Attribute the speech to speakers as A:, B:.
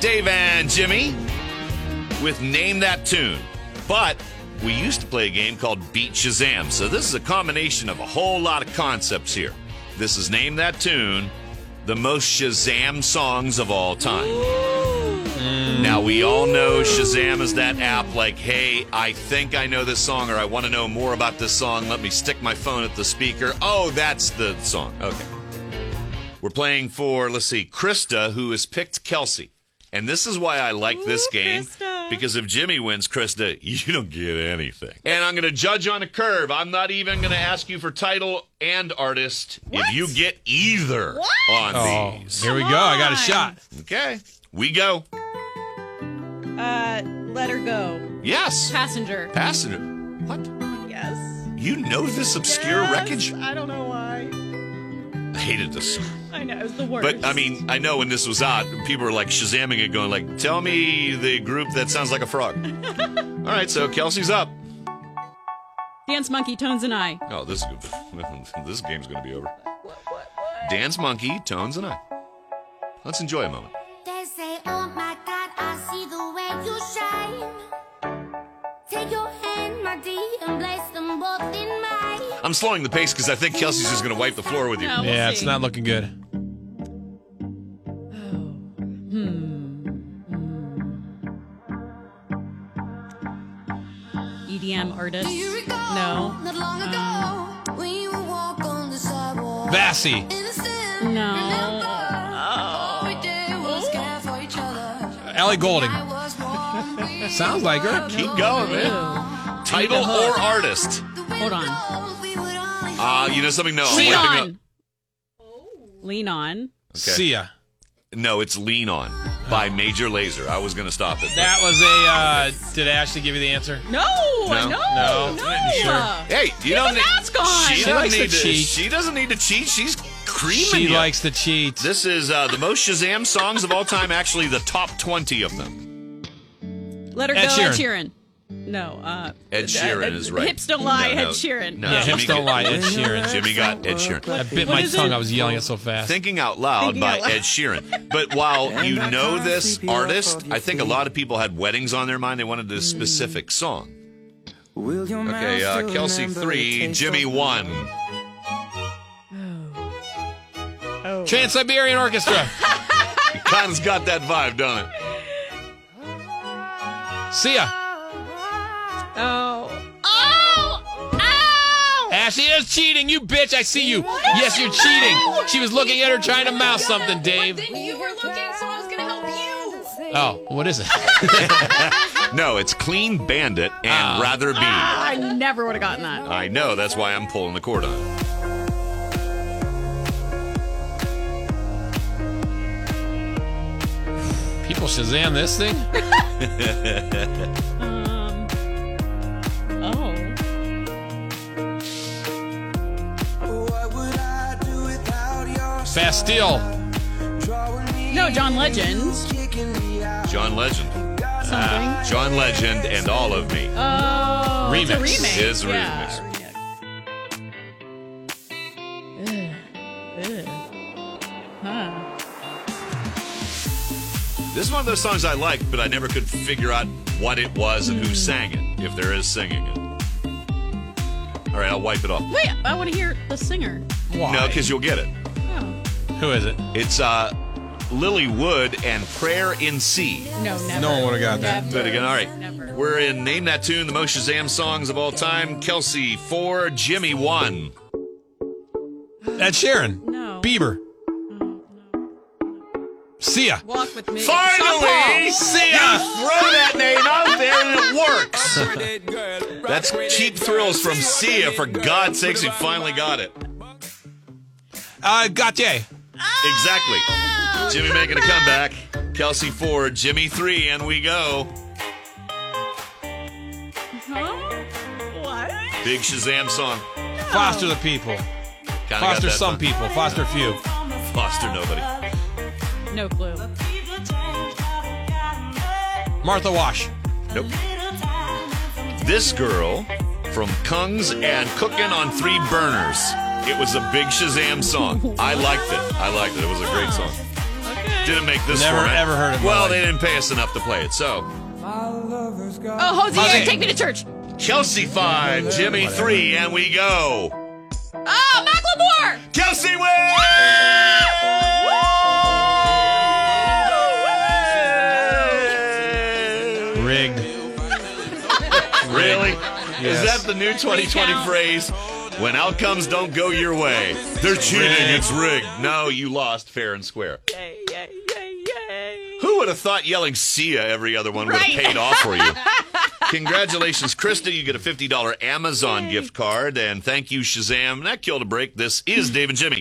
A: Dave and Jimmy with Name That Tune. But we used to play a game called Beat Shazam, so this is a combination of a whole lot of concepts here. This is Name That Tune, the most Shazam songs of all time. Now, we all know Shazam is that app like, hey, I think I know this song, or I want to know more about this song. Let me stick my phone at the speaker. Oh, that's the song. Okay. We're playing for, let's see, Krista, who has picked Kelsey. And this is why I like this game. Because if Jimmy wins, Krista, you don't get anything. And I'm going to judge on a curve. I'm not even going to ask you for title and artist if you get either on
B: Oh,
A: these.
B: here we go. I got a shot.
A: Okay. We go.
C: Uh, let her go.
A: Yes.
D: Passenger.
A: Passenger. What?
C: Yes.
A: You know this obscure
C: Yes.
A: wreckage?
C: I don't know why.
A: I hated this song.
C: I know it was the worst.
A: But I mean, I know when this was out, people were like shazamming it, going like, "Tell me the group that sounds like a frog." All right, so Kelsey's up.
D: Dance Monkey, Tones and I.
A: Oh, this is good. this game's gonna be over. Dance monkey, tones, and I. Let's enjoy a moment.
E: They say, oh my God, I see the way you shine. Take your hand, my dear, and place them both in mine.
A: I'm slowing the pace because I think Kelsey's just gonna wipe the floor with you.
D: No.
B: Yeah,
D: We'll
B: it's
D: see.
B: not looking good.
D: EDM E artist.
E: Do you recall
D: No.
E: Not long ago, we would walk on the sidewalk.
B: Bassy.
E: Innocent,
D: No.
E: remember? All we did was care for each other.
B: Ellie Golding.
E: I was warm, we
B: Sounds like her.
E: were
A: Keep going, man.
C: Oh.
A: Title
D: Need the hook.
A: or artist?
E: The
D: Hold on. Ah.
E: windows, we would only
A: Uh, you know something? No, I'm
D: Lean
A: wiping
D: on. Lean on.
B: See ya.
A: up- No, it's "Lean On" by Major Laser. I was gonna stop it. but-
B: That was a. Uh, did Ashley give you the answer?
D: No,
A: No.
D: no, no,
B: No. Sure.
A: Hey, you
D: Even
A: don't need.
D: that's gone.
A: She,
D: She
A: doesn't
B: likes to
A: need
B: cheat.
A: She doesn't need to cheat. She's creaming
B: She
A: you.
B: likes to cheat.
A: This is uh, the most Shazam songs of all time. Actually, the top twenty of them.
D: Let her
B: Ed
D: go, Ed
B: Sheeran.
D: Sheeran. No, uh,
A: Ed Sheeran is right.
D: Hips don't lie,
A: No, no.
D: Ed Sheeran.
A: No.
B: yeah,
A: Jimmy
B: hips don't
A: could-
B: lie. Ed Sheeran.
A: Jimmy got Ed Sheeran.
B: I bit
D: What
B: my
D: is
B: tongue.
D: it?
B: I was yelling it so fast.
A: Thinking Out Loud by Ed Sheeran. But while you know this artist, I think a lot of people had weddings on their mind. They wanted this specific song. Okay, uh, Kelsey three, Jimmy one.
B: Trans Siberian Orchestra.
A: Kinda's got that vibe, don't it?
B: See ya.
D: Oh,
B: Ashley is cheating, you bitch. I see you. Yes, you're cheating. She was looking at her trying to mouth something, Dave.
D: you were looking, so I was gonna help you.
B: Oh, what is it?
A: No, it's Clean Bandit
B: Ah.
A: and Rather Be.
D: I never would have gotten that.
A: I know, that's why I'm pulling the cord on. it.
B: People Shazam this thing?
D: Um, oh,
B: Bastille.
D: no, John Legend.
A: John Legend.
D: Something.
A: John Legend and All of Me.
D: Oh, It's
B: Remix.
D: a remix.
A: His
D: yeah. remix. Huh.
A: This is one of those songs I like, but I never could figure out what it was and who sang it, if there is singing it. All right, I'll wipe it off.
D: Wait, I want to hear the singer.
B: Why?
A: No, because you'll get it.
D: Oh.
B: Who is it?
A: It's uh, Lily Wood and Prayer in C.
D: No, never.
B: No one would've got that.
A: Do it again. All right.
D: Never.
A: We're in Name That Tune, the most Shazam songs of all time. Kelsey, four. Jimmy, one.
B: Ed Sheeran.
D: No.
B: Bieber. See ya.
C: Walk with me.
A: Finally,
B: See
A: you
B: ya.
A: throw that name out there and it works. That's cheap thrills from Sia. For God's sakes, he finally got it.
B: Uh, gotcha.
A: Exactly. Jimmy making a comeback. Kelsey four, Jimmy three, and we go.
D: Huh?
C: What?
A: Big Shazam song.
B: Foster the people.
A: Kinda got
B: Foster
A: that
B: some
A: one.
B: people. Foster few.
A: Foster nobody.
D: No clue.
B: Martha Wash.
A: This girl from Kungs and Cooking on Three Burners. It was a big Shazam song. I liked it. I liked it. It was a great song. Didn't make this
B: Never,
A: format.
B: ever heard it in my
A: Well,
B: life.
A: they didn't pay us enough to play it. So
D: Oh, Jose,
B: Jose.
D: take me to church.
A: Kelsey five, Jimmy three, and we go.
D: Oh, Macklemore.
A: Kelsey wins.
B: Rigged.
A: Really?
B: Yes.
A: Is that the new 2020
D: Recount.
A: phrase? When outcomes don't go your way, they're cheating,
B: Rigged.
A: it's rigged. No, you lost fair and square.
C: Yay, yay, yay, yay.
A: Who would have thought yelling Sia every other one would have paid off for you? Congratulations, Krista. You get a $50 Amazon gift card. And thank you, Shazam. That killed a break. This is Dave and Jimmy.